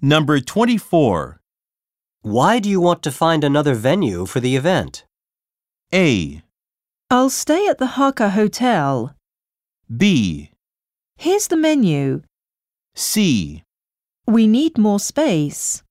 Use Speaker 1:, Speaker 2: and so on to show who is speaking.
Speaker 1: Number 24.
Speaker 2: Why do you want to find another venue for the event?
Speaker 1: A.
Speaker 3: I'll stay at the Haka Hotel.
Speaker 1: B.
Speaker 3: Here's the menu.
Speaker 1: C.
Speaker 3: We need more space.